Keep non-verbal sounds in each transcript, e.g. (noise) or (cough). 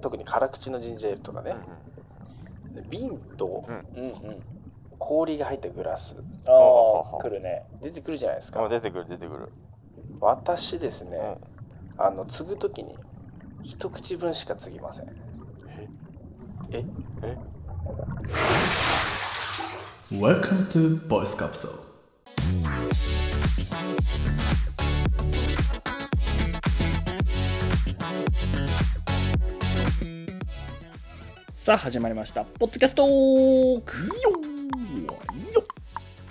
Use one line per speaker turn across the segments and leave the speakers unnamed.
特に辛口のジンジャーエールとかね、瓶と
うんうん
氷が入ったグラス
ああ来るね
出てくるじゃないです
あ
か
出てくる出てくる、
私です
う
ね、
ん、
あの継ぐときに一口分しか継ぎませんえ
Welcome to Voice Capsule.
さあ始まりましたポッドキャストーク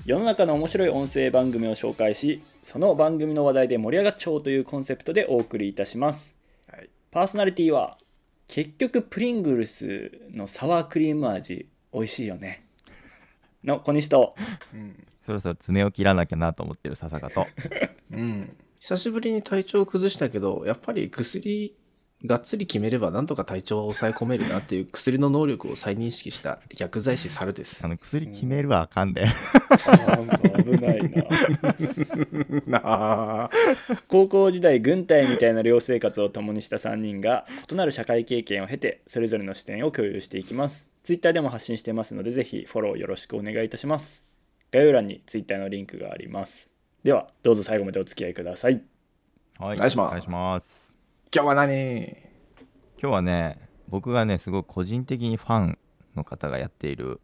世の中の面白い音声番組を紹介しその番組の話題で盛り上がっちゃおうというコンセプトでお送りいたします、
はい
パーソナリティは結局プリングルスのサワークリーム味美味しいよねの小西 (laughs) と
うん、
そろそろ爪を切らなきゃなと思ってる
(laughs)
笹香と
うん、
久しぶりに体調を崩したけどやっぱり薬がっつり決めればなんとか体調を抑え込めるなっていう薬の能力を再認識した薬剤師猿です
あの薬決めるはあかんで
危ないな
なあ、
高校時代軍隊みたいな寮生活を共にした3人が異なる社会経験を経てそれぞれの視点を共有していきますツイッターでも発信してますのでぜひフォローよろしくお願いいたします概要欄にツイッターのリンクがありますではどうぞ最後までお付き合いください
はい
お願いします
お願いします
今日は何
今日はね僕がねすごい個人的にファンの方がやっている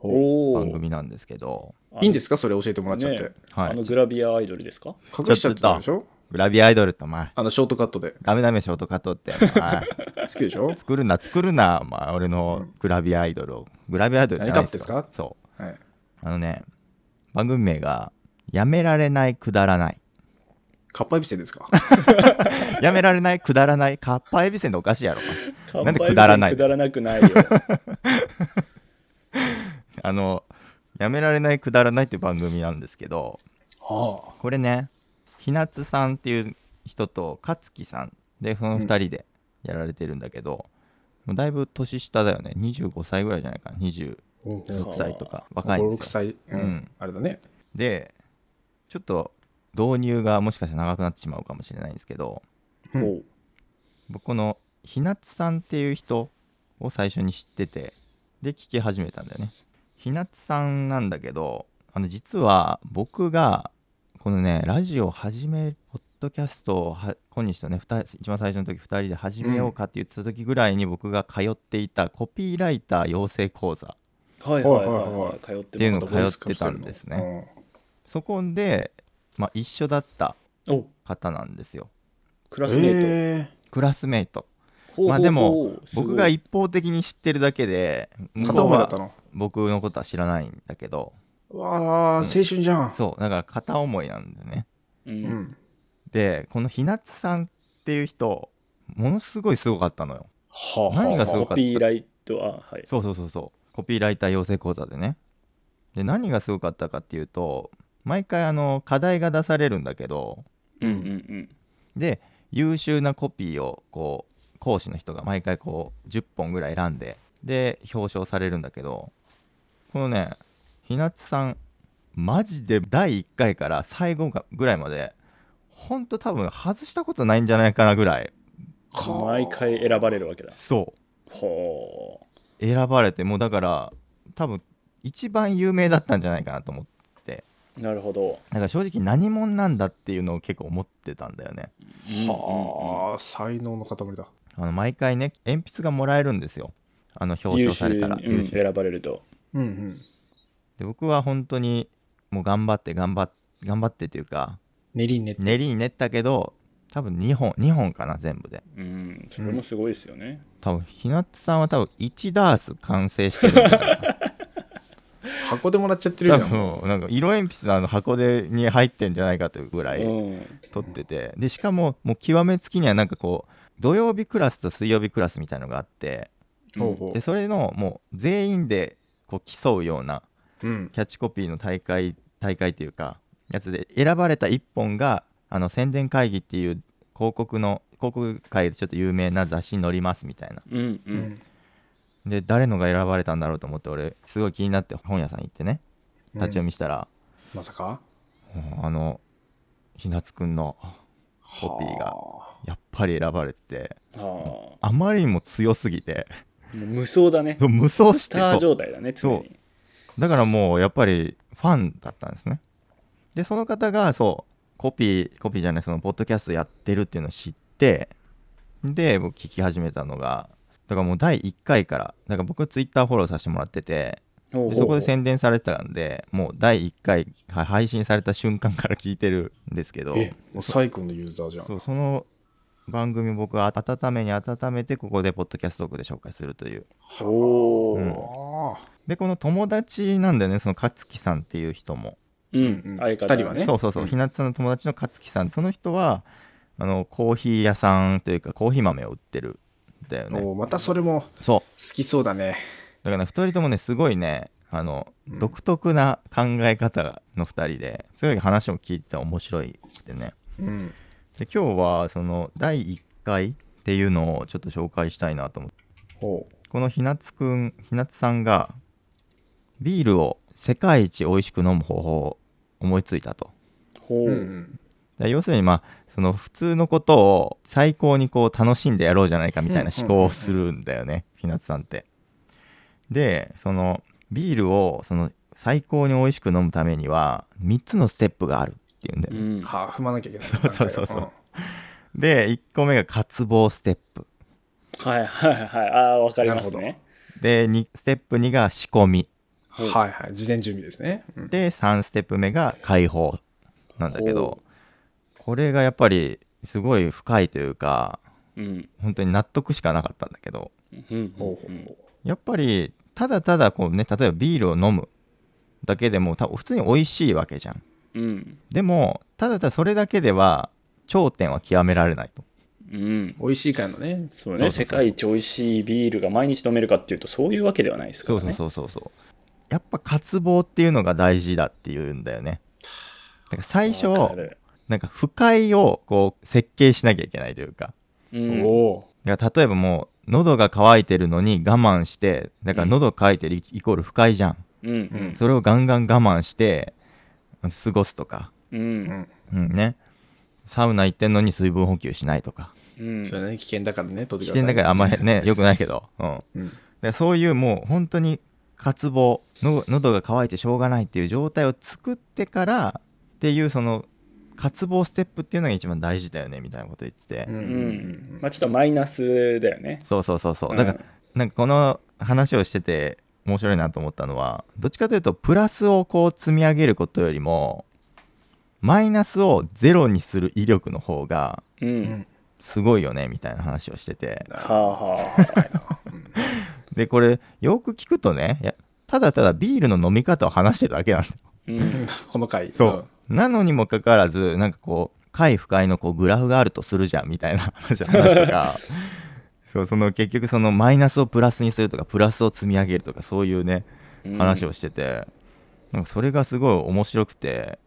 お
番組なんですけど
いいんですすかそれ教えてもらっちゃって、
ね
は
あの
い
グラビアアイドルですか
隠しちゃってたでしょ
グラビアアイドルとまあ
あのショートカットで
ダメダメショートカットって、はい
好きで
(laughs)
しょ
(laughs) 作るな作るな、まあ、俺のグラビアアイドルをグラビアアイドルじゃないですよ
何かって
そう
はい
あのね番組名が「やめられないくだらない」
かっぱえびせんですか
「やめられないくだらない」かっぱえびせんでおかしいやろなんで
乾杯
くだらない
別にくだらな
(laughs)
くないよ
あの「やめられないくだらない」って番組なんですけど
は
これねひなつさんっていう人と勝樹さんでその2人でやられてるんだけど、もうだいぶ年下だよね25歳ぐらいじゃないかな26
あ56
歳とか若いん
56
ですよ
歳、うん
うん
あれだね
でちょっと導入がもしかしたら長くなってしまうかもしれないんですけど
う
お
ん
う
僕このひなつさんっていう人を最初に知っててで聞き始めたんだよねひなつさんなんだけどあの実は僕がこのねラジオを始めポッドキャストをは今日とね二人一番最初の時2人で始めようかって言ってた時ぐらいに僕が通っていたコピーライター養成講座
はいはいはい、
はいはい
は、
はい
通っ
ってい
て
う
ま
の
す
が通ってたんですねそこで、まあ、一緒だった
お
方なんですよ
う
クラ
ん
スメー
え
クラスメイト
ト、ほうほうほう
まあでも
すごい
僕が一方的に知ってるだけで
ー、
向
片
こう
思いだっ
は
たの
僕のことは知らないんだけど
わあ、青春じゃん
そうだから片思いなんだよね
う
うんん
でこのひなつさんっていう人ものすごいすごかったのよ
はあ
何がすごい
コピーライトあはい
そうそうそうそうコピーライター養成講座でねで何がすごかったかっていうと毎回あの課題が出されるんだけど
うんうんうん
で優秀なコピーをこう講師の人が毎回こう10本ぐらい選んでで表彰されるんだけどこのねひなつさんマジで第1回から最後がぐらいまでほんと多分外したことないんじゃないかなぐらい
はあ
毎回選ばれるわけだ
そう
ほう
選ばれてもうだから多分一番有名だったんじゃないかなと思って
なるほど。
だから正直何者なんだっていうのを結構思ってたんだよね
はあ、才能の塊だ。
あの毎回ね鉛筆がもらえるんですよあの表彰されたら
優秀にうん選ばれると。
うんうん。
で僕は本当にもう頑張って頑張って頑張ってというか
練りね。
練りに練ったけど多分2本2本かな全部で
うん、それもすごいですよね。
多分ひなつさんは多分1ダース完成してるんだよ
(laughs)
な
箱でもらっちゃってるじ
多
ゃん。
分なんか色鉛筆のあの箱でに入ってんじゃないかというぐらい、
うん。
撮っててでしかももう極めつきにはなんかこう土曜日クラスと水曜日クラスみたいのがあって
ほうほ
でそれのもう全員でこう競うような
う。うん。
キャッチコピーの大会大会というかやつで選ばれた1本があの宣伝会議っていう広告の広告界でちょっと有名な雑誌に載りますみたいな
うんう。
うんん。
で誰のが選ばれたんだろうと思って俺すごい気になって本屋さん行ってね立ち読みしたら、
まさか
うんあのひなつくんのコピーが
はあ
やっぱり選ばれてて
はあ。
ああまりにも強すぎて (laughs)
もう無双だね
そう無双
ス
して
ター
そう
状態だね常
そう
に
だからもうやっぱりファンだったんですねでその方がそうコピーコピーじゃないそのポッドキャストやってるっていうのを知ってで僕聞き始めたのがだからもう第1回からだから僕ツイッターフォローさせてもらってて
ほうほ
で
う
そこで宣伝されてたんでもう第1回は配信された瞬間から聞いてるんですけど
え、もう最古のユーザーじゃん。
そうその番組を僕は温めに温めてここでポッドキャストトークで紹介するという
ほう
うんでこの友達なんだよねその勝樹さんっていう人も
うん、
うん
相方
二人はね
そうそうそう、
うん
ひなつさんの友達の勝樹さんその人はあのコーヒー屋さんというかコーヒー豆を売ってるんだよね
おーまたそれも好
そう
きそうだね。
だから2人ともねすごいねあの、独特な考え方の2人ですごい話も聞いてて面白いってね
うん。
で今日はその第1回っていうのをちょっと紹介したいなと思って
ほう。
このひなつくんひなつさんがビールを世界一美味しく飲む方法を思いついたと
ほう、
うん
だから要するにまあその普通のことを最高にこう楽しんでやろうじゃないかみたいな思考をするんだよねひなつさんって。でそのビールをその最高に美味しく飲むためには3つのステップがあるっていうんだよ
う
ね。
ん、
はあ、踏まなきゃいけない。
そうそうそうで1個目が渇望ステップ
はいはいはいああわかりますね
でにステップ2が仕込み
うんはいはい。事前準備ですね。うん
で3ステップ目が解放なんだけどこれがやっぱりすごい深いというか
うん
本当に納得しかなかったんだけど
うん
ほうほうほ
やっぱりただただこうね例えばビールを飲むだけでもた普通に美味しいわけじゃん
うん
でもただただそれだけでは頂点は極められないと
うん
う。美味しいからのね。
そうそ
そう
うそう
ね世界一美味しいビールが毎日飲めるかっていうとそういうわけではないですか
そ
ら
う
ね
そうそうそうそうやっぱ渇望っていうのが大事だっていうんだよねだから最初
わかる
なんか不快をこう設計しなきゃいけないというか
うん
お
だから例えばもう喉が渇いてるのに我慢してだから喉渇いてるイコール不快じゃん、
うんうん
それをガンガン我慢して過ごすとか、
う
お。うんん。
うんね、サウナ行ってんのに水分補給しないとか
うん
それね、危険だからね、取
危
ってくださ
険だ
い。
からあんま
(laughs)
りね良くないけど、うん、だか
うん。
らそういうもう本当に渇望の喉が渇いてしょうがないっていう状態を作ってからっていうその渇望ステップっていうのが一番大事だよねみたいなこと言ってて、
うんう
うん
うん
まあちょっとマイナスだよね
そうそうそうそうだからなんかこの話をしてて面白いなと思ったのはどっちかというとプラスをこう積み上げることよりもマイナスをゼロにする威力の方が
うんう
うんん
すごいよねみたいな話をしてて
はあはあ
でこれよく聞くとねいやただただビールの飲み方を話してるだけなんだよ
うん
(laughs) この回。ん。
なのにもかかわらずなんかこう快不快のこうグラフがあるとするじゃんみたいな話話と
(laughs)
かそうその結局そのマイナスをプラスにするとかプラスを積み上げるとかそういうね
うん
話をしてて、なんかそれがすごい面白くて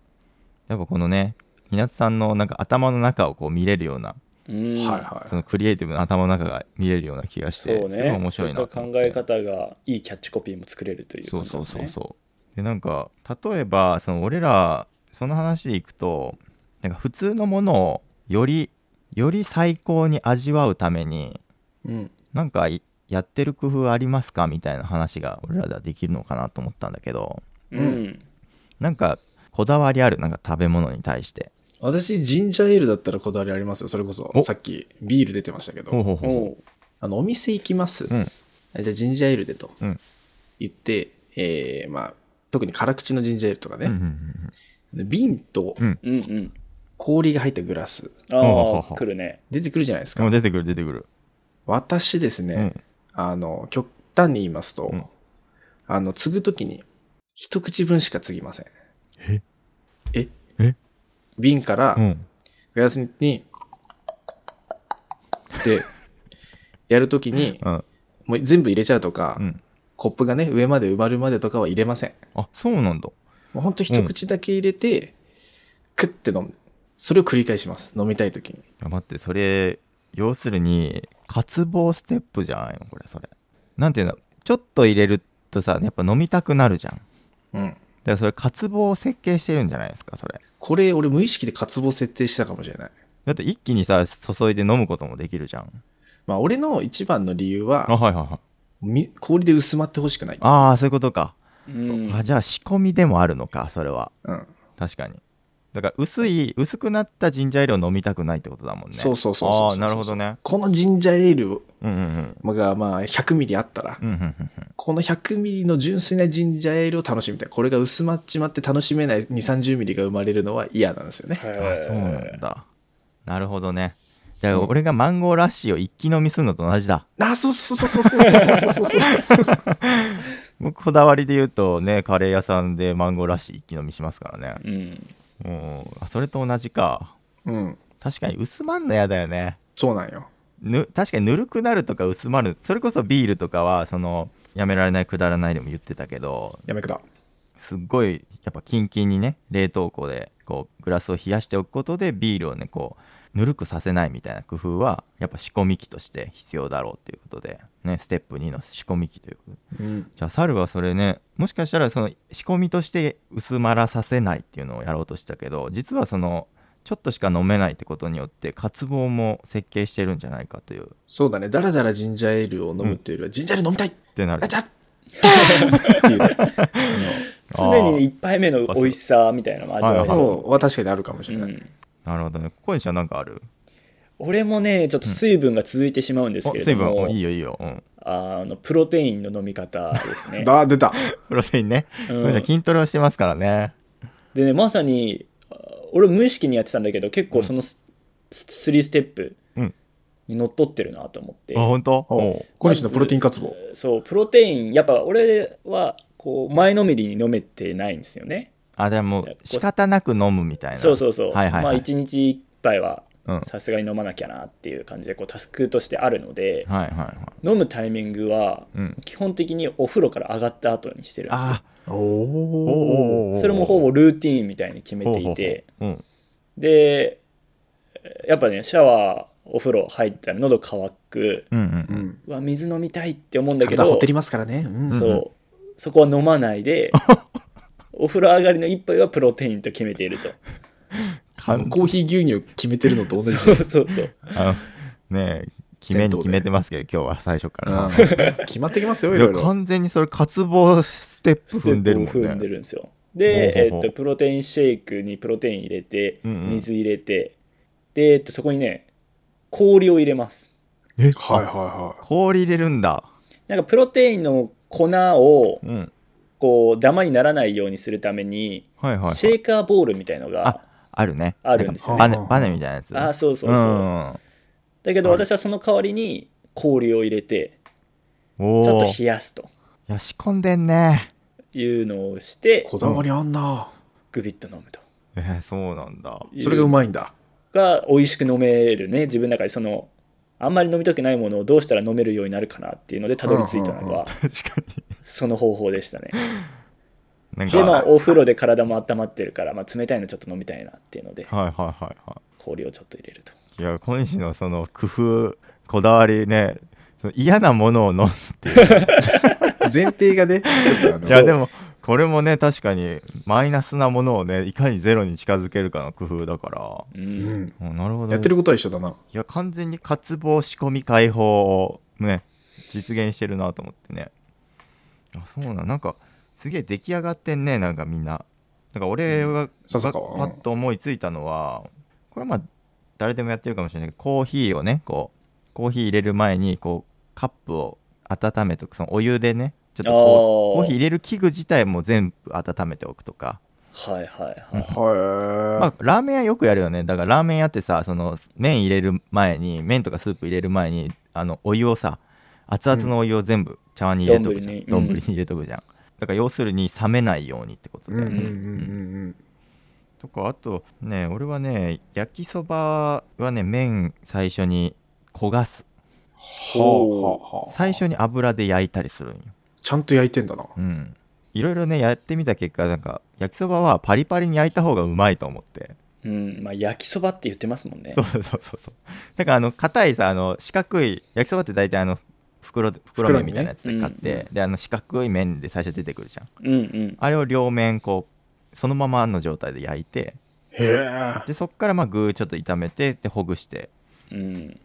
やっぱこのねひなつさんのなんか頭の中をこう見れるような
うん
はいはい
そ。のクリエイティブな頭の中が見れるような気がし
そう
て、
ね
すごい面白いなと
そうい
思
っ
ったて
考え方がいいキャッチコピーも作れるという
そ
こ
う
とだ
そ
ね、
うそうそうでなんか例えばその俺らその話でいくとなんか普通のものをよりより最高に味わうために
うん。
なんかいやってる工夫ありますかみたいな話が俺らではできるのかなと思ったんだけど
うん
なんかこだわりあるなんか食べ物に対して
私、ジンジャーエールだったらこだわりありますよ。それこそ
お、
さっきビール出てましたけ
ほ
ど、
うほうほう
おう
あの、お店行きます。
うん
あじゃあ、ジンジャーエールでと
うん
言って、えー、まあ、特に辛口のジンジャーエールとか
うんうん
ね、で瓶と
うん
うんうん
氷が入ったグラス、
ああ
ほうほうほう
来るね
出てくるじゃないです
うんも
か
う。出てくる出てくる
私ですね、
うん
あの、極端に言いますと、
うん
あの、継ぐときに、一口分しか継ぎません。
え
え
え
瓶から
う、ん
グラスに、で、やるときに、
(laughs) うん
もう全部入れちゃうとか、
うん
コップがね、上まで埋まるまでとかは入れません。
あそうなんだ
もうほんと一口だけ入れて、クッて飲む。それを繰り返します。飲みたいときに。
いや待ってそれ要するに渇望ステップじゃないのこれそれなんていうのちょっと入れるとさやっぱ飲みたくなるじゃんだか
うん。
らそれ渇望を設計してるんじゃないですかそれ
これ、俺無意識で渇望設定したかもしれない。
だって一気にさ注いで飲むこともできるじゃん
まあ、俺の一番の理由
あ
は、
はいはいはい
み氷で薄まってほしくない。
ああそういうことか、
うん
あじゃあ仕込みでもあるのかそれは
うん。
確かにだから薄い薄くなったジンジャーエールを飲みたくないってことだもんね
そうそうそうそうそう
ああなるほどね
このジンジャーエール
うんうんうん
が、まあ、100ミリあったら、
うんうんうん
この100ミリの純粋なジンジャーエールを楽しみたい。これが薄まっちまって楽しめない2、30ミリが生まれるのは嫌なんですよね。
へ
うんあ
ー
そうなんだなるほどねじゃあ俺がマンゴーラッシーを一気飲みするのと同じだ
あ、そうそうそうそうそうそうそうそうそう。
僕こだわりで言うとねカレー屋さんでマンゴーラッシー一気飲みしますからね
うん
うんあそれと同じか
(laughs) うん。
確かに薄まんのやだよね
そうなんよ。
ぬ確かにぬるくなるとか薄まるそれこそビールとかはそのやめられないくだらないでも言ってたけど
やめくだ。
すっごいやっぱキンキンにね冷凍庫でこうグラスを冷やしておくことでビールをねこうぬるくさせないみたいな工夫はやっぱ仕込み機として必要だろうということで、ね、ステップ2の仕込み機ということで
うん。
じゃあ猿はそれねもしかしたらその仕込みとして薄まらさせないっていうのをやろうとしたけど実はそのちょっとしか飲めないってことによって渇望も設計してるんじゃないかというっ
そうだね。だらだらジンジャーエールを飲むっていうよりは、ジンジャーエール飲みたい
てなる
あちゃっていう、
常に一杯目の美味しさみたいなのも味わえ
あ
あ
ー
そ
のは確かにあるかもし
う、
れ
う
ない。
ん、
なるほどね。ここにしたらなんかある。
俺もねちょっと水分が続いてしまうんです
お
けれ
水
ど
分
も、
おいいよいいよ。うん。
あのプロテインの飲み方ですね
だ、出た。
プロテインね。
うん
これじゃ筋トレをしてますからね。
でねまさにあ俺無意識にやってたんだけど結構そのス3ステップ
うん
にのっとってるなと思って、
あ本当？
お
おう
小西のプロテイン渇望。
そうプロテインやっぱ俺はこう前のめりに飲めてないんですよね
あでももう仕方なく飲むみたいな。
そうそうそう、
はいはい、はい。
まあ1日1杯は
うん。はい
さすがに飲まなきゃなっていう感じでこうタスクとしてあるので
はいは。
飲むタイミングはい
うん。
基本的にお風呂から上がった後にしてるんですよ
あ
お
おう
お。
おうおう
それもほぼルーティーンみたいに決めて
ほうほうほ
いうて
うん。
でやっぱねシャワーお風呂入ったら喉乾く
うんうんう。
うんん。
うわ水飲みたいって思うんだけ
体
ど
ほてりますからね。うん。
そう、そこは飲まな
(laughs)
いでお風呂上がりの一杯はプロテインと決めていると
かん
コーヒー牛乳決めてるのと同じ。
そうそうそう
あのねえ決めに決めてますけど今日は最初から。
うん決まってきますよ、い
いや
ろいろ。
完全にそれ渇望ステップ
ステ
踏んでる
ッ
も
プ踏ん
ん
で
ね。
るんですよで、え
ほうほうほう
っとプロテインシェイクにプロテイン入れて
うんうん
水入れて、で、えっと、そこにね氷を入れます
え
はいはいは
氷入れるんだ。
なんかプロテインの粉を
うん。
こうダマにならないようにするために
はいはいはい。
シェイカーボールみたいのが
あるね。
あるんですよ
ね
なんかバネバネみたいなやつ。
ああそうそうそう、
うん
だけど私はその代わりに氷を入れて
お
ちょ
お
っと冷やすと
いや仕込んでんね
いうのをし
い。
て
こだわりあんな。
グビッと飲むと
えー、そうなんだ
いう
それがうまいんだ。
が美味しく飲めるね自分の中でそのあんまり飲みたくないものをどうしたら飲めるようになるかなっていうのでたどり着いたのが
確か
その方法でしたね
になんか
でまあ
はい
お風呂で体も温まってるから、まあ、冷たいのちょっと飲みたいなっていうので
はいはいは
氷をちょっと入れると
いいや小西のその工夫こだわりねその嫌なものを飲むっていう
前提がね、ちょっとあの
いやでもこれもね確かにマイナスなものをねいかにゼロに近づけるかの工夫だか
う
うんん。
ら、うんなるほどね
やってることは一緒だな。
いや完全に渇望仕込み解放をね実現してるなと思ってねあそうなんなんかすげえ出来上がってんねなんかみんななんか俺は
さすが
パ
うん
ッと思いついたのはこれはまあ誰でもやってるかもしれないけどコーヒーをねこうコーヒー入れる前にこうカップを温めとくそのお湯でねちょっとこうコ
あー
ーヒー入れる器具自体も全部温めておくとか
はいはいはい
は
まあ、ラーメン屋よくやるよねだからラーメン屋ってさその麺入れる前に麺とかスープ入れる前にあのお湯をさ熱々のお湯を全部茶碗に入れとくじゃん
丼に
丼、
うん
に入れとくじゃんだから要するに冷めないようにってこと
い。
だ
うん
よ
うんうん
ね、
うん
とかあとね俺はね焼きそばはね麺最初に焦がす
うん。はあはあはあ。
最初に油で焼いたりするんよ
ちゃんと焼いてんだな。
うんいろいろねやってみた結果なんか焼きそばはパリパリに焼いた方がうまいと思って
うんまあ焼きそばって言ってますもんね
そうそうそうそうだからあの硬いさあの四角い焼きそばって大体あの袋で袋
袋に
麺
ね
みたいなやつで買って、
うん
であの四角い麺で最初出てくるじゃん
うんうん
あれを両面こうそのままの状態で焼いて
へえ。
でそっからまあ具ちょっと炒めてでほぐして
うん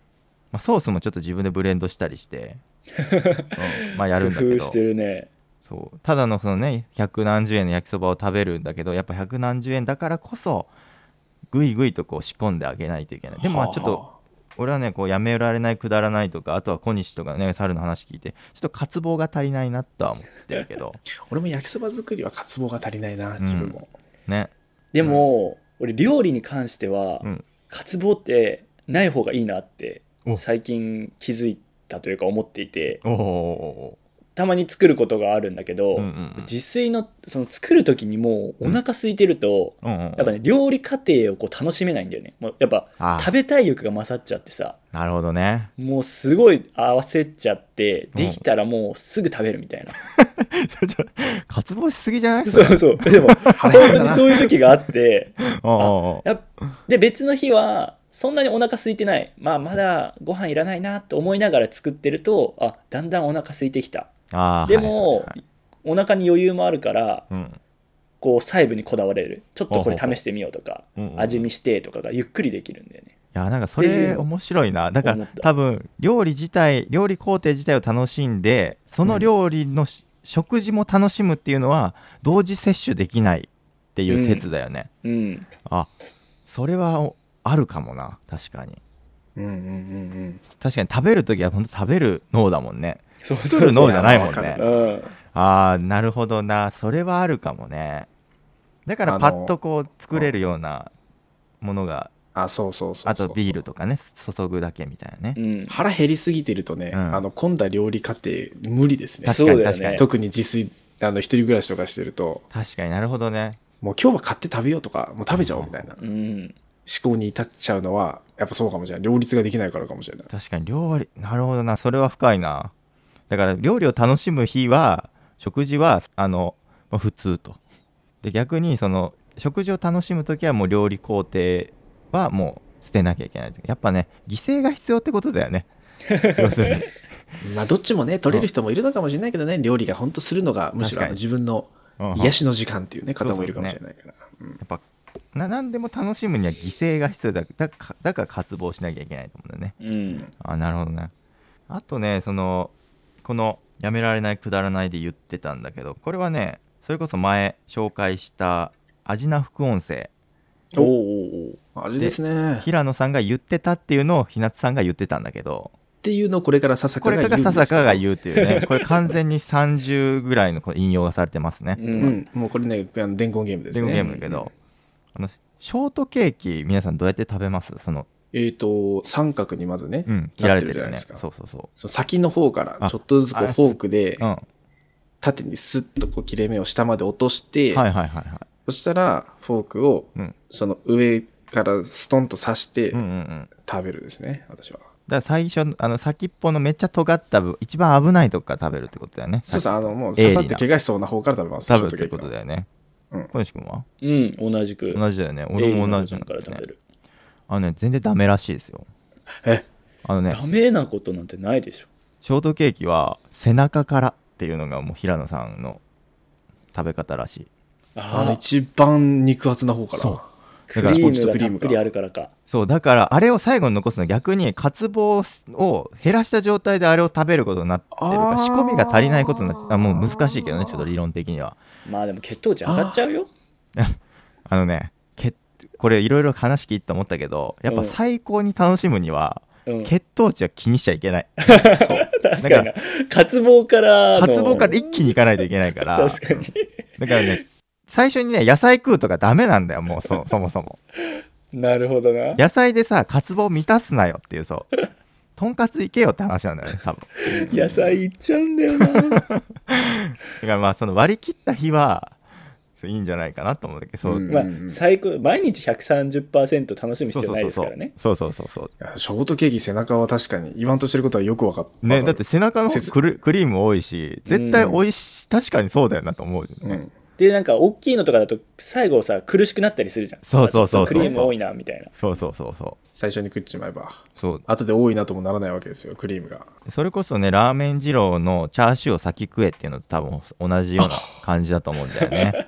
まあ、ソースもちょっと自分でブレンドしたり
(laughs)
して、うんまあやるんだ
工
け
夫して
ど
るね
そうただのそのね百何十円の焼きそばを食べるんだけどやっぱ百何十円だからこそぐいぐいとこう仕込んであげないといけないでもまあちょっと俺はねこうやめられないくだらないとかあとは小西とかね猿の話聞いてちょっと渇望が足りないなとは思ってるけ
(laughs)
ど
俺も焼きそば作りは渇望が足りないな、自分も。
ね
でも、俺料理に関しては、
うん
渇望ってない方がいいなって
お
最近気づいたというか思っていて
おお
たまに作ることがあるんだけど、
うんうんうん
自炊のその作る時にもうお腹空いてると、
うんうんうん
やっぱね料理過程をこう楽しめないんだよねもうやっぱ
ああ
食べたい欲が勝っちゃってさ
なるほど
(laughs)
ね
もうすごい合わせちゃって
うん
できたらもうすぐ食べるみた
(laughs)
いな、
それちょっと渇望しすぎじゃない
そうそうでも本当
(laughs)
にそういう時があって
おうおうおう
やっで別の日はそんなにお腹空いてない、まあ、まだご飯いらないなと思いながら作ってるとあだんだんお腹空いてきた
あー
で
はい
も、
はいはい
お腹に余裕もあるから
うん
こう細部にこだわれるちょっとこれ試してみようとか
うんうんうん
味見してとかがゆっくりできるんだよね
いやなんかそ
ってい
れ
うの
面白いなだか
思
ら
った
多分料理自体料理工程自体を楽しんでその料理のし、食事も楽しむっていうのは同時摂取できないっていう説だよね、
うん
あそれはおあるかもな確かに
うんうんうん
確かに食べるときは本当食べる脳だもんね
そうそう
作る脳じゃないもんね
うん
ああなるほどなそれはあるかもねだから
あの
パッとこう作れるようなものが
あ、そうそうそうそう
あとビールとかね注ぐだけみたいなね
うん
腹減りすぎてるとね、
うん
あの混んだ料理過程無理ですね
確か
そう
に
だよね
確かに
特に自炊あの一人暮らしとかしてると
確かになるほどね
もう今日は買って食べようとかもう食べちゃおうみたいな思
うん
考に至っちゃうのはやっぱそうかもしれない両立ができないからかもしれない
確かに料理なるほどなそれは深いなだから料理を楽しむ日は食事はあの、まあ普通とで逆にその食事を楽しむ時はもう料理工程はもう捨てなきゃいけないやっぱね犠牲が必要ってことだよね要するに
まあどっちもね取れる人もいるのかもしれないけどね料理が本当するのがむしろあの
確かに
自分の
うん
癒しの時間っていうね
そ
方
うそう
もいるかもしれないから、
やっぱな何でも楽しむには犠牲が必要だだかだから渇望しなきゃいけないと思うんだよね
うん
あなるほどねあとねそのこの「やめられないくだらない」で言ってたんだけどこれはねそれこそ前紹介した味な副音声
おうおう
味ですねっ
平野さんが言ってたっていうのを日向さんが言ってたんだけど
ていうのをこれから笹
こ
香が
れ
言うん
が
です
笹川が
う
言うっていうねこれ完全に30ぐらいのこう引用がされてますね
おうう
うんん、もうこれねあの伝言ゲームです
伝
ね
言ゲームだけどあのショートケーキ皆さんどうやって食べますその、
えっ、と三角にまずね、
うん、切られて
なってるじ
る
ゃな
よ
い
ね
ですか
そうそうそ
その先の方から
あ
ちょっとずつこう
あれ
フォークで
ううんは
縦にスッとこう切れ目を下まで落として、
いはいはいは
そしたらフォークを
いうん
その上からストンと刺して
うんうんうん
食べるですね、私は。
だから最初のあの先っぽのめっちゃ尖った部一番危ないとこから食べるってことだよね
そうそう、あのもう刺
鋭利
さ
な
って怪我しそうな方から食べます。
食べるってこと
で。
だよね
うん
小西君は
うん同じく
同じだよね俺も同じなんだ
か
よ
ら食
ね
べる
あのね全然ダメらしいですよ
え
あのね
ダメなことなんてないでしょ
ショートケーキは背中からっていうのがもう平野さんの食べ方らしい
あ
あ
の一番肉厚な方から。
そう
ク
だから
リ
スポンジ
ー
と
ム
クリ
がた
ーム
っ
が
ぷりあるからか
そうだからあれを最後に残すのは逆に渇望を減らした状態であれを食べることになってるから
あー
仕込みが足りないことになっちゃうあもう難しいけどねちょっと理論的には
まあでも血糖値上がっちゃうよ
あのね血これいろいろ話聞いてて思ったけどやっぱ最高に楽しむには
うん
血糖値は気にしちゃいけ
(laughs)
ない、
確かに
な
な渇望からの
渇望から一気にいかないといけないから
確かに
だからね最初にね野菜食うとかダメなんだよもうそそ (laughs) もそも
なるほどな
野菜でさ渇望満たすなよっていうそうとんかついけよって話なんだよね多分
野菜いっちゃうんだ
(laughs)
よな
だからまあその割り切った日はそういいんじゃないかなと思うんだけどそう、
うん
まあ最高毎日130%楽しむ
そう
必
そ
要
う
な
そう
いです
そ
か
う
らね
そうそうそうそう
いやショートケーキ背中は確かに言わんとしてることはよくわかった。
ねだって背中の方
節
クリクリーム多いし絶対美味しい、確かにそうだよなと思うよね、
うん、
でなんか大きいのとかだと最後さ苦しくなったりするじゃん
そうそうそうそう
あちょっとクリーム多いなみたいな
そうそうそうそ
最初に食っちまえば。
うそう
後で多いなともならないわけですよ、クリームが。
それこそねラーメン二郎のチャーシューを先食えっていうのと多分同じような感じだと思うんだよね (laughs)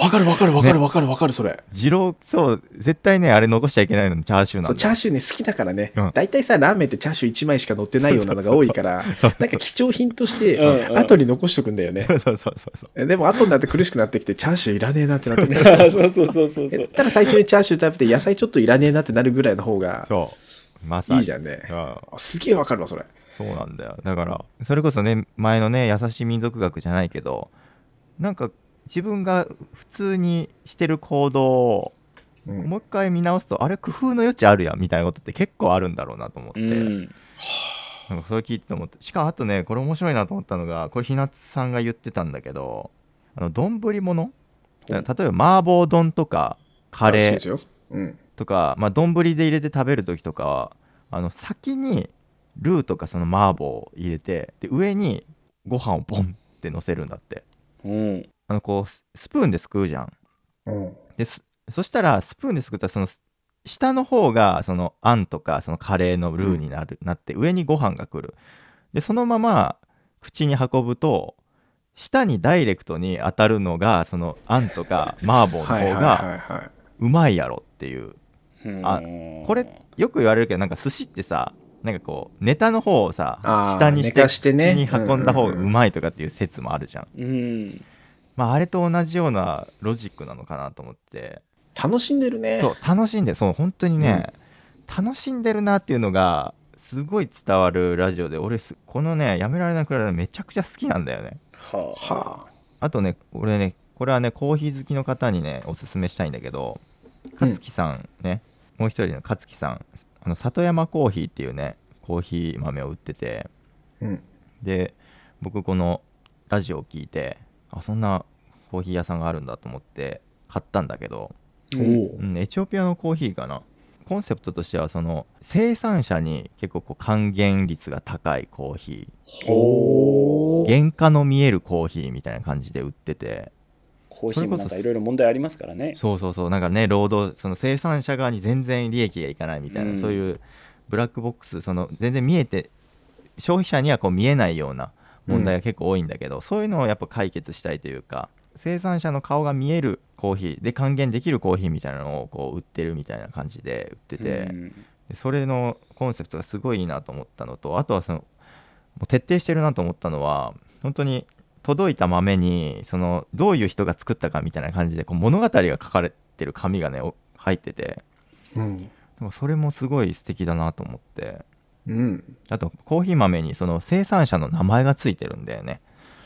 わかるわかるわかるわかるわかるそれ。
二郎そう絶対ねあれ残しちゃいけないのにチャーシューな
そう
んだ
チャーシューね好きだからね、
うん
大体さラーメンってチャーシュー1枚しか乗ってないようなのが多い
(laughs)
からなんか貴重品として
うんうん
後に残しとくんだよね、
(laughs) そうそうそうそう
でも後になって苦しくなってきてチャーシューいらねえなってなってくる
そうそうそうそうそ
だっ
う
たら最初にチャーシュー食べて野菜ちょっといらねえなってなるぐらいの方が
そうまさに
いいじゃんね
うん
あすげえわかるわそれ
そうなんだよだからそれこそね前のね優しい民族学じゃないけどなんか自分が普通にしてる行動を
うん
もう一回見直すとあれ工夫の余地あるやんみたいなことって結構あるんだろうなと思って、
うん
なんかそれ聞いてて思ってしかもあとねこれ面白いなと思ったのがこれひなつさんが言ってたんだけどあの丼物だから例えば麻婆丼とかカ
あそう
レ
です
ー
よ
うん
とかまあ丼で入れて食べる時とかはあの先にルーとかその麻婆を入れてで上にご飯をボンって乗せるんだって
うん
あのこうススプーンですくうじゃん
うん
ですそしたらスプーンですくったらそのす下の方がそのあんとかそのカレーのルーになる、なって上にご飯が来るでそのまま口に運ぶと下にダイレクトに当たるのがそのあんとか麻婆の
はいはい
方
は
が
いは
うまいやろっていう
うん
あこれよく言われるけどなんか寿司ってさなんかこうネタの方をさ
あー
下にして
寝かしてね
口に運んだ方が
うんうん
う
うん
まいとかっていう説もあるじゃん、
うん
まあ、あれと同じようなロジックなのかなと思って
い楽しんでるね
(laughs) そう楽しんでそう本当にね、楽しんでるなっていうのがすごい伝わるラジオで俺すこのねやめられなくなるめちゃくちゃ好きなんだよね
はあ
は
あとね俺ねこれはねコーヒー好きの方にねおすすめしたいんだけど勝木さんね、もう一人の勝木さんあの里山コーヒーっていうねコーヒー豆を売ってて
うん
で僕このラジオを聞いてあそんなコーヒー屋さんがあるんだと思って買ったんだけど
あ、
うん
お
うん、エチオピアのコーヒーかなコンセプトとしてはその生産者に結構こう還元率が高いコーヒ
ほ
ー原価の見えるコーヒーみたいな感じで売ってて
コーヒーもなんかいろいろ問題ありますからね
そうそうそうなんかね労働その生産者側に全然利益がいかないみたいな、
うん
そういうブラックボックスその全然見えて消費者にはこう見えないような問題が結構多いんだけど、そういうのをやっぱ解決したいというか生産者の顔が見えるコーヒーで還元できるコーヒーみたいなのをこう売ってるみたいな感じで売ってて。
うん
でそれのコンセプトがすごいいいなと思ったのとあとはそのもう徹底してるなと思ったのは本当に届いた豆にそのどういう人が作ったかみたいな感じでこう物語が書かれてる紙がねお入ってて
うん
でもそれもすごい素敵だなと思って
うん
あとコーヒー豆にその生産者の名前がついてるんだよね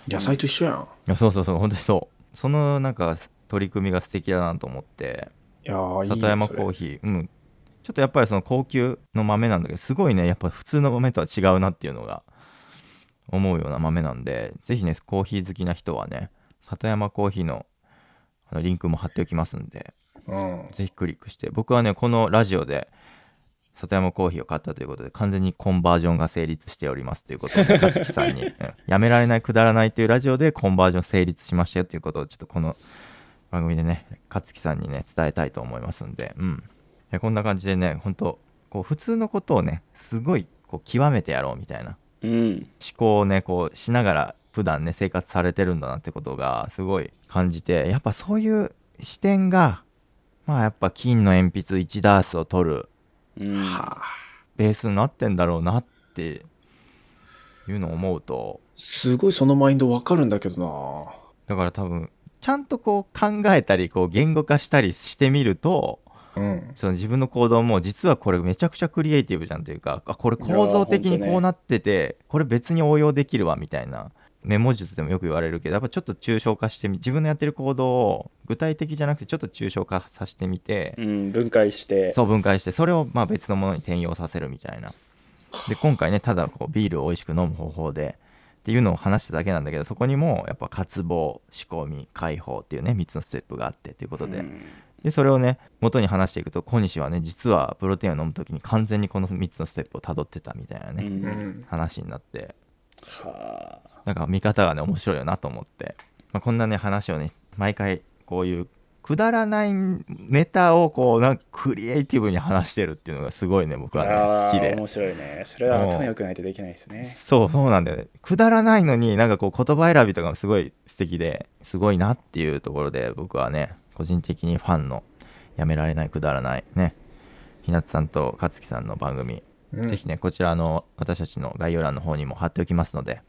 野菜と一緒やん
いやそうそうそう本当にそうそのなんか取り組みが素敵だなと思って
いやーいいね
里山
そ
コ
れ
ーヒーうんちょっとやっぱりその高級の豆なんだけどすごいねやっぱ普通の豆とは違うなっていうのが思うような豆なんでぜひねコーヒー好きな人はね里山コーヒーのあのリンクも貼っておきますんで
うん
ぜひクリックして僕はねこのラジオで里山コーヒーを買ったということで完全にコンバージョンが成立しておりますということをね勝木さん
(laughs)
に、うんやめられないくだらないというラジオでコンバージョン成立しましたよということをちょっとこの番組でね勝木さんにね伝えたいと思いますんで、うん、いやこんな感じでね本当こう普通のことをねすごいこう極めてやろうみたいな
うん
思考をねこうしながら普段ね生活されてるんだなってことがすごい感じてやっぱそういう視点がまあやっぱ金の鉛筆1ダースを取る
うん
はあ
ベースになってんだろうなっていうのを思うと
すごいそのマインドわかるんだけど
だから多分ちゃんとこう考えたりこう言語化したりしてみると
うん
その自分の行動も実はこれめちゃくちゃクリエイティブじゃんというかあこれ構造的にこうなってて、これ別に応用できるわみたいなメモ術でもよく言われるけどやっぱちょっと抽象化してみ自分のやってる行動を具体的じゃなくてちょっと抽象化させてみて、
うん分解して
そう分解してそれをまあ別のものに転用させるみたいなで今回ねただこうビールを美味しく飲む方法でっていうのを話しただけなんだけどそこにもやっぱ渇望仕込み解放っていうね3つのステップがあってということで、
うん
でそれをね元に話していくと小西はね実はプロテインを飲む時に完全にこの3つのステップをたどってたみたいな
う
ね、
うんん
話になって
はあ
なんか見方がね面白いよなと思って、まあ、こんなね話をね毎回こういうくだらないネタをこうなんかクリエイティブに話してるっていうのがすごいね僕はね好き
あー
で
面白いねそれは頭良くないとできないですね
そうそうなんだよねくだらないのになんかこう言葉選びとかもすごい素敵ですごいなっていうところで僕はね個人的にファンのやめられないくだらないねひなつさんと勝樹さんの番組、
うん
ぜひねこちらあの私たちの概要欄の方にも貼っておきますので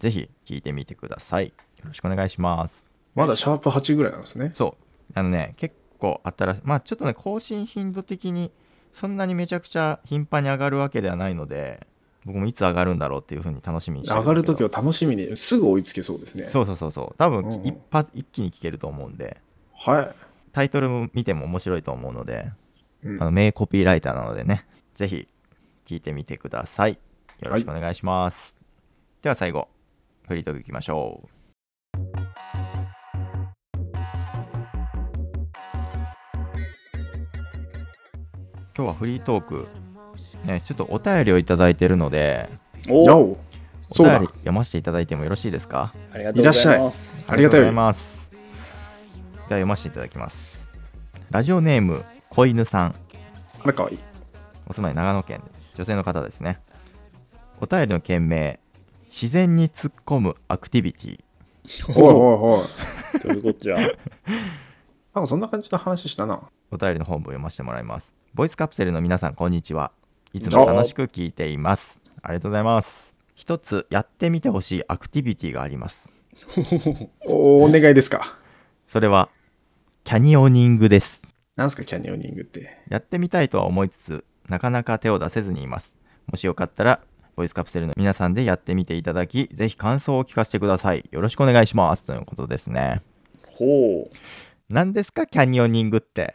ぜひ聞いてみてくださいよろしくお願いします
まだシャープ8ぐらいなんですね。
そうあのね結構新しいまあちょっとね更新頻度的にそんなにめちゃくちゃ頻繁に上がるわけではないので僕もいつ上がるんだろうっていうふうに楽しみにして
上がる
と
と
き
きを楽しみに、すぐ追いつけそうですね。
そうそうそうそう
う
多
んう
分
ん
一発一気に聞けると思うんで
はい。
タイトルも見ても面白いと思うので、
うん
あの名コピーライターなのでねぜひ聞いてみてくださいよろしくお願いします、では最後フリートークいきましょう今日はフリートーク、ね、ちょっとお便りをいただいてるので
お
な
お
お、
お
そう
便
だ
り。読ませていただいてもよろしいですか
ありがとうございます
ありがたい
ありがとうございます。では読ませていただきます。ラジオネーム、子犬さん、
あれかわいい。
お住まい長野県、女性の方ですね。お便りの件名、自然に突っ込むアクティビティ。
おいおいおい。
どういうこっちゃ
なんかそんな感じの話したな。
お便りの本文を読ませてもらいます。ボイスカプセルの皆さん、こんにちは。いつも楽しく聞いています。ありがとうございます。一つやってみてほしいアクティビティがあります。
おお願いですか。
それは、キャニオニングです。
なんすか、キャニオニングって。
やってみたいとは思いつつなかなか手を出せずにいますもしよかったらボイスカプセルの皆さんでやってみていただきぜひ感想を聞かせてくださいよろしくお願いしますということですね
ほう
何ですかキャニオニングって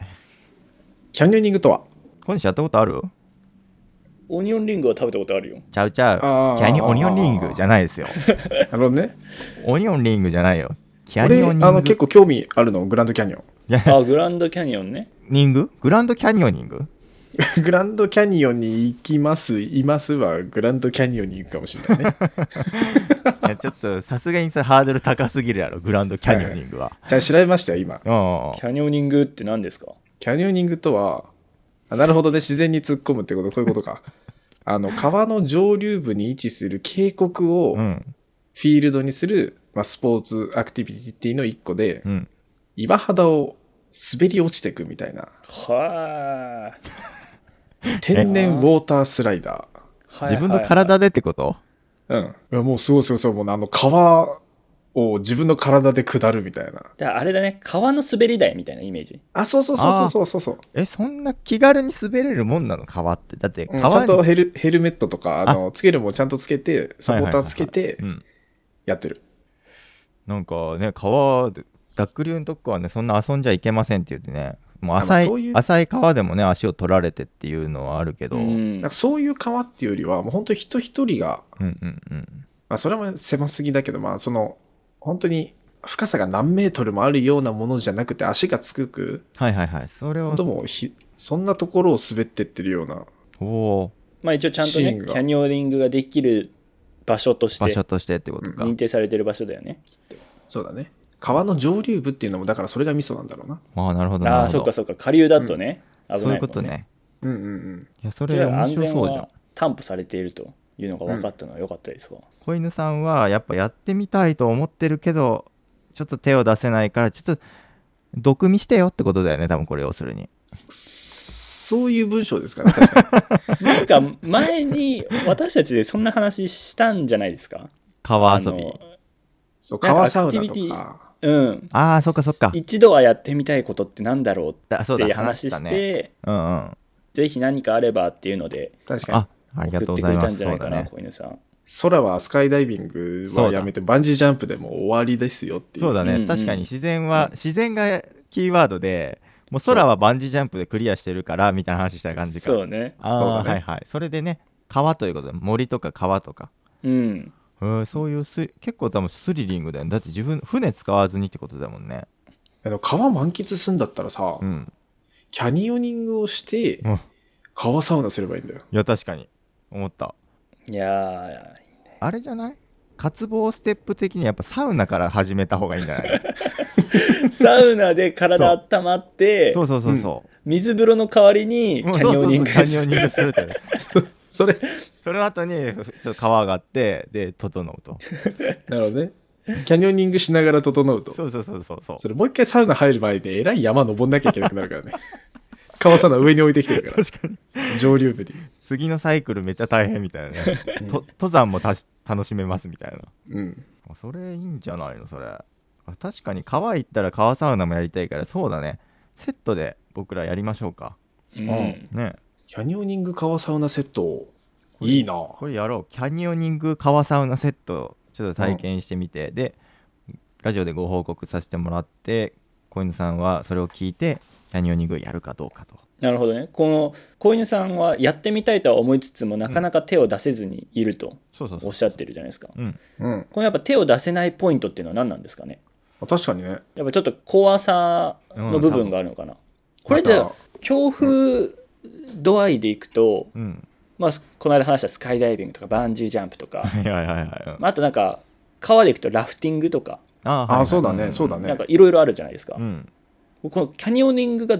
キャニオニングとは
小西やったことある
オニオンリングは食べたことあ
(laughs)
るよ
ちゃうちゃう
あー
キャニオニオンリングじゃない
(laughs)
ですよ
なるほどね。
オニオンリングじゃないよキャ
俺、
ニオ
あ
ニン
の、
グ
結構興味あるの、グランドキャニオン。 (laughs)
あグランドキャニオンね
ニンググランドキャニオニング
グランドキャニオンに行きます、いますは、グランドキャニオンに行くかもしれない
(laughs)
ね。
いやちょっとさすがにそれハードル高すぎるやろグランドキャニオニングは、
じゃあ、調べましたよ、今。
うん
キャニオニングって何ですか
キャニオニングとは、あなるほどね、自然に突っ込むってこと、そういうこと
(laughs)
か。あの、川の上流部に位置する渓谷を
う
フ
ん
ィールドにする、まあ、スポーツアクティビティの一個で、
うん
岩肌を滑り落ちていくみたいな。
はあ
天然ウォータースライダ
はいはいはい
自分の体でってこと
ー。うん。いやもうすごいすごいすごい。もうねあの川を自分の体で下るみたいな。
だからあれだね川の滑り台みたいなイメージ
あ、そうそうそうそうそうそうそう。
えそんな気軽に滑れるもんなの川ってだって
うん
川
ちゃん
に、
とヘルヘルメットとか、あの、つけるもんちゃんとつけて、サポーターつけて
うん、
やってる。
なんかね川で濁流のとこはねそんな遊んじゃいけませんって言ってねもう
あまあ
浅い,、
そういう
浅い川でもね足を取られてっていうのはあるけど、
う
うん
ん
なんかそういう川っていうよりは、もう本当人一人が、
うんうん
まあそれも狭すぎだけど、まあその、本当に深さが何メートルもあるようなものじゃなくて足がつくく、
はいはいはいそれを
本当もうひ、そんなところを滑ってってるような。
おお
まあ一応ちゃんと
シ
ね
ーンが
キャニオニングができる場所とし
場
て
所としてってことか、
認定されてる場所だよね
そうだね。川の上流部っていうのも、だからそれがミソなんだろうな。
ああなるほど
あ
な
あ
る
そ
ほ
っか
ど
そっか下流だとね、危
そう
ないいう
こ
もん
とね
うんうんうん。
いやそ
じ
れ
ゃあ
面
安
白
全
そうじゃん
は担保されているというのが分かったのは良かったです
(laughs)
わ、
子犬さんはやっぱやってみたいと思ってるけどちょっと手を出せないからちょっと毒味してよってことだよね多分これ要するに
そういう文章ですから、確かに。
なんか前に私たちでそんな話したんじゃないですか
川遊び
あの
そう、
なんか
川サウナ
ア
と
クティビテ
か。
うん
ああそっかそっか
一度はやってみたいことってなんだろう
だそう
っていう
だ話し
話
た
して、
ねうんうん
ぜひ何かあればっていうので
確かに
あ。ありが
送
とう
って
ご
く
ざい
れた
ま
ん
す
じゃ
そ
な
う
いか
だ
な
ね
小犬さん
空はスカイダイビングはやめて、バンジージャンプでもう終わりですよっていう。
そうだね、
うんうん
確かに自然は、自然がキーワードでもう空はバンジージャンプでクリアしてるからみたいな話した感じか
そうね
ああ
そうだね
はいはいそれでね川ということで森とか川とか
うん
へーそういうスリ結構多分スリリングだよねだって自分船使わずにってことだもんね
あの川満喫すんだったらさ、
うん
キャニオニングをして
うん、
川サウナすればいいんだよ。
いや確かに思った
いや
あ
(laughs)
れじゃない渇望ステップ的にやっぱサウナから始めた方がいいんじゃない
ーサウナで体温まって
そうそうそうそう、
水風呂の代わりにキ
もう
ャニオニング
そうそうそうキャニオニングするってね
それ、
その後にちょっと川があってで整うと
なるほどね。キャニオニングしながら整うと。
そうそうそうそうそう
それもう一回サウナ入る前でえらい山登んなきゃいけなくなるからね。川サウナ上に置いてきてるから。
確か
上流部に。
次のサイクルめっちゃ大変みたいなね
ん
と登山もたし楽しめますみたいな
うん。
あそれいいんじゃないのそれあ確かに川行ったら川サウナもやりたいからそうだねセットで僕らやりましょうか
うん
ね
キャニオニング川サウナセット、いいな。
これやろうキャニオニング川サウナセットちょっと体験してみて、でラジオでご報告させてもらって小犬さんはそれを聞いてキャニオニングやるかどうかと
なるほどねこの子犬さんはやってみたいとは思いつつもなかなか手を出せずにいると
そうそうそ
お
う
っしゃってるじゃないですか
うん
うん。
このやっぱ手を出せないポイントっていうのは何なんですかね
確かにね。
やっぱちょっと怖さの部分があるのかな、これで
ま
強風度合いでいくと、
うん
まあ、この間話したスカイダイビングとかバンジージャンプとか、
はいはいはいはい、うん
まあ、あとなんか川で行くとラフティングとか、
あ
たあ、そうだね、そうだ
なん
ね
か。いろいろあるじゃないですか、
うん
このキャニオニングが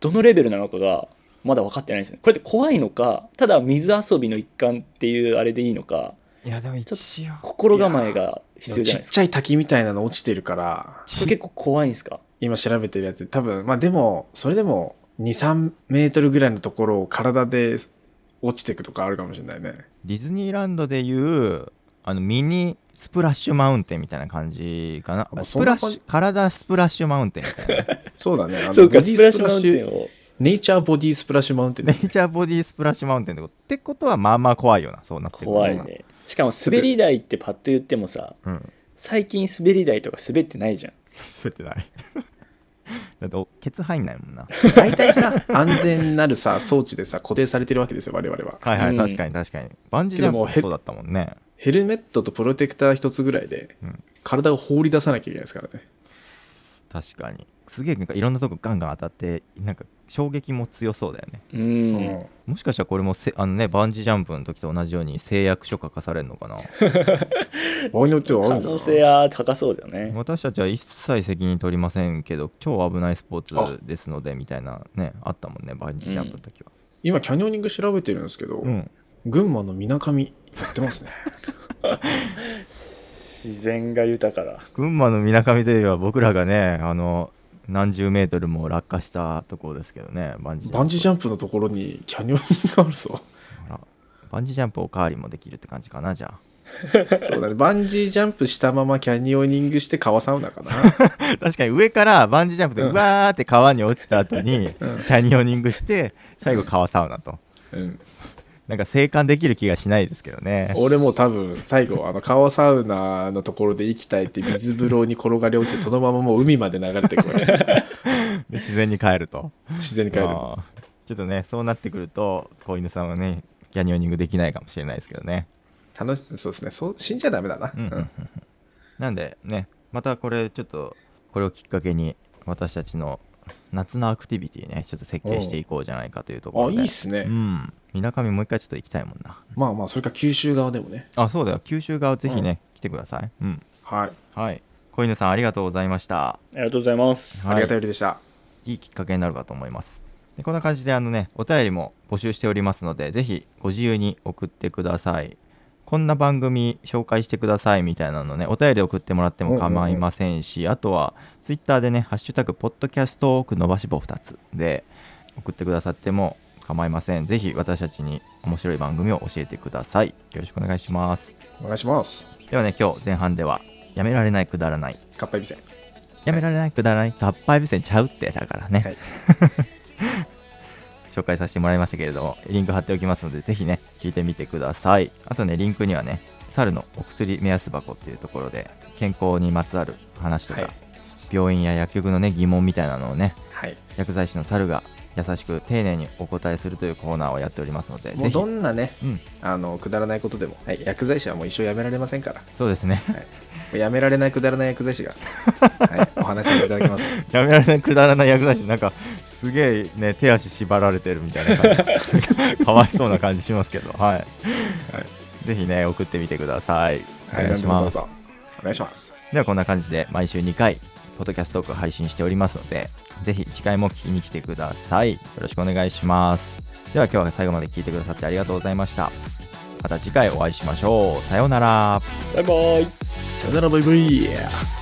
どのレベルなのかがまだ分かってないんですよねこれって怖いのかただ水遊びの一環っていうあれでいいのか
いやでも一応
心構えが必
ち
要
っ
じゃないですか
ちゃい滝みたいなの落ちてるから、
これ結構怖いんですか
今調べてるやつ、多分、まあでも、それでも2、3メートルぐらいのところを体で落ちていくとかあるかもしれないね。
ディズニーランドでいうあのミニスプラッシュマウンテンみたいな感じか
あ
なス
そん
プ
な
ラ
感
ッ
じ
シュ体スプラッシュマウン
(laughs)
テンみたいな
そうだね。あの
そう
ボ
か
デ
ス
ィ
プ
スプ
ラッシュ
ラ
マ
ッ
ウン
シ
テン
ュ、
を
ネイチャーボディスプラッシュマウンテン
ネ
ね
イ。チャーボディスプラッシュマウンテンってことってことはまあまあ怖いよなそうなってくると
怖いねしかも滑り台ってパッと言ってもさ
うん
最近滑り台とか滑ってないじゃん
滑ってない
(laughs)
だっておケツ入んないもんな
大体さ、安全なるさ、装置でさ、固定されてるわけですよ、我々は。
はいはい、
うん
確かに確かにバンジージャンプもそうだったもんね
ヘルメットとプロテクター一つぐらいで
うん、
体を放り出さなきゃいけないですからね。
確かにすげえなんかいろんなとこガンガン当たってなんか衝撃も強そうだよね
うん
うん
もしかしたらこれもせあのねバンジージャンプの時と同じように誓約書書かされるの
(laughs)
かな
場合によってはあ
可
るんじゃ
能
ない
性は高そうだよね
私たちは一切責任取りませんけど超危ないスポーツですのでみたいなねあったもんねバンジージャンプの時は、
今、キャニオニング調べてるんですけど、
うん
群馬のみなかみ、やってます (laughs) ね。
自然が豊かだ
群馬のみなかみといえば僕らがねあの何十メートルも落下したところですけどねバンジージャンプ
バンジージャンプのところにキャニオニングがあるぞ。
あらバンジージャンプおかわりもできるって感じかなじゃあ
(laughs) そうだね。バンジージャンプしたままキャニオニングして川サウナかな。
確かに上からバンジージャンプで
うん
うわーって川に落ちた後にキ
うん
ャニオニングして最後川サウナと
(laughs) うん、
なんか生還できる気がしないですけどね
俺もう多分最後、あの川サウナのところで息絶えて水風呂に転がり落ちて、そのままもう海まで流れてくわけ。
自然に帰ると
(laughs) 自然に帰る。
あーちょっとねそうなってくると子犬さんはねキャニオニングできないかもしれないですけどね、
楽しそうですね。そう死んじゃダメだな。
うんうんう
うん
んなんでねまたこれちょっとこれをきっかけに私たちの夏のアクティビティねちょっと設計していこうじゃないかというとこ
あ、
ろ
い
で
いっすね。
うんみなかみもう一回ちょっと行きたいもんな
まあまあ、それか九州側でもね。
あそうだよ九州側ぜひね、来てくださいうん
はい。
はい子犬さんありがとうございました、
ありがとうございます
ありがたい
は
よりでした。
い、いいきっかけになるかと思いますでこんな感じであのねお便りも募集しておりますのでぜひご自由に送ってくださいこんな番組紹介してくださいみたいなのねお便り送ってもらっても構いませんし、あとはツイッターでね「ハッシュタグポッドキャストトーク伸ばし棒2つ」で送ってくださっても構いませんぜひ私たちに面白い番組を教えてくださいよろしくお願いします
お願いします。
ではね今日前半ではやめられないくだらない
かっぱえびせん。
やめられないくだらない合杯備線ちゃうってだからね、
はい
(laughs) 紹介させてもらいましたけれどもリンク貼っておきますのでぜひね聞いてみてくださいあとねリンクにはね猿のお薬目安箱っていうところで健康にまつわる話とか、
はい
病院や薬局のね疑問みたいなのをね
はい。
薬剤師の猿が優しく丁寧にお答えするというコーナーをやっておりますので
もう
ぜひ
どんなね、
うん
あの、くだらないことでも、はい、薬剤師はもう一生やめられませんから。
そうですね
やめられないくだらない薬剤師が、はい、お話しさせていただきます。
やめられないくだらない薬剤師なんかすげえね手足縛られてるみたいな感じ (laughs) かわいそうな感じしますけどはい、ぜひね送ってみてくださいお願いしま
はい
す、
どうぞお願いします。
ではこんな感じで毎週2回ポッドキャストトーク配信しておりますので、ぜひ次回も聞きに来てください。よろしくお願いします。では今日は最後まで聞いてくださってありがとうございました。また次回お会いしましょう。さようなら。
バイバイ
さよならバイバイ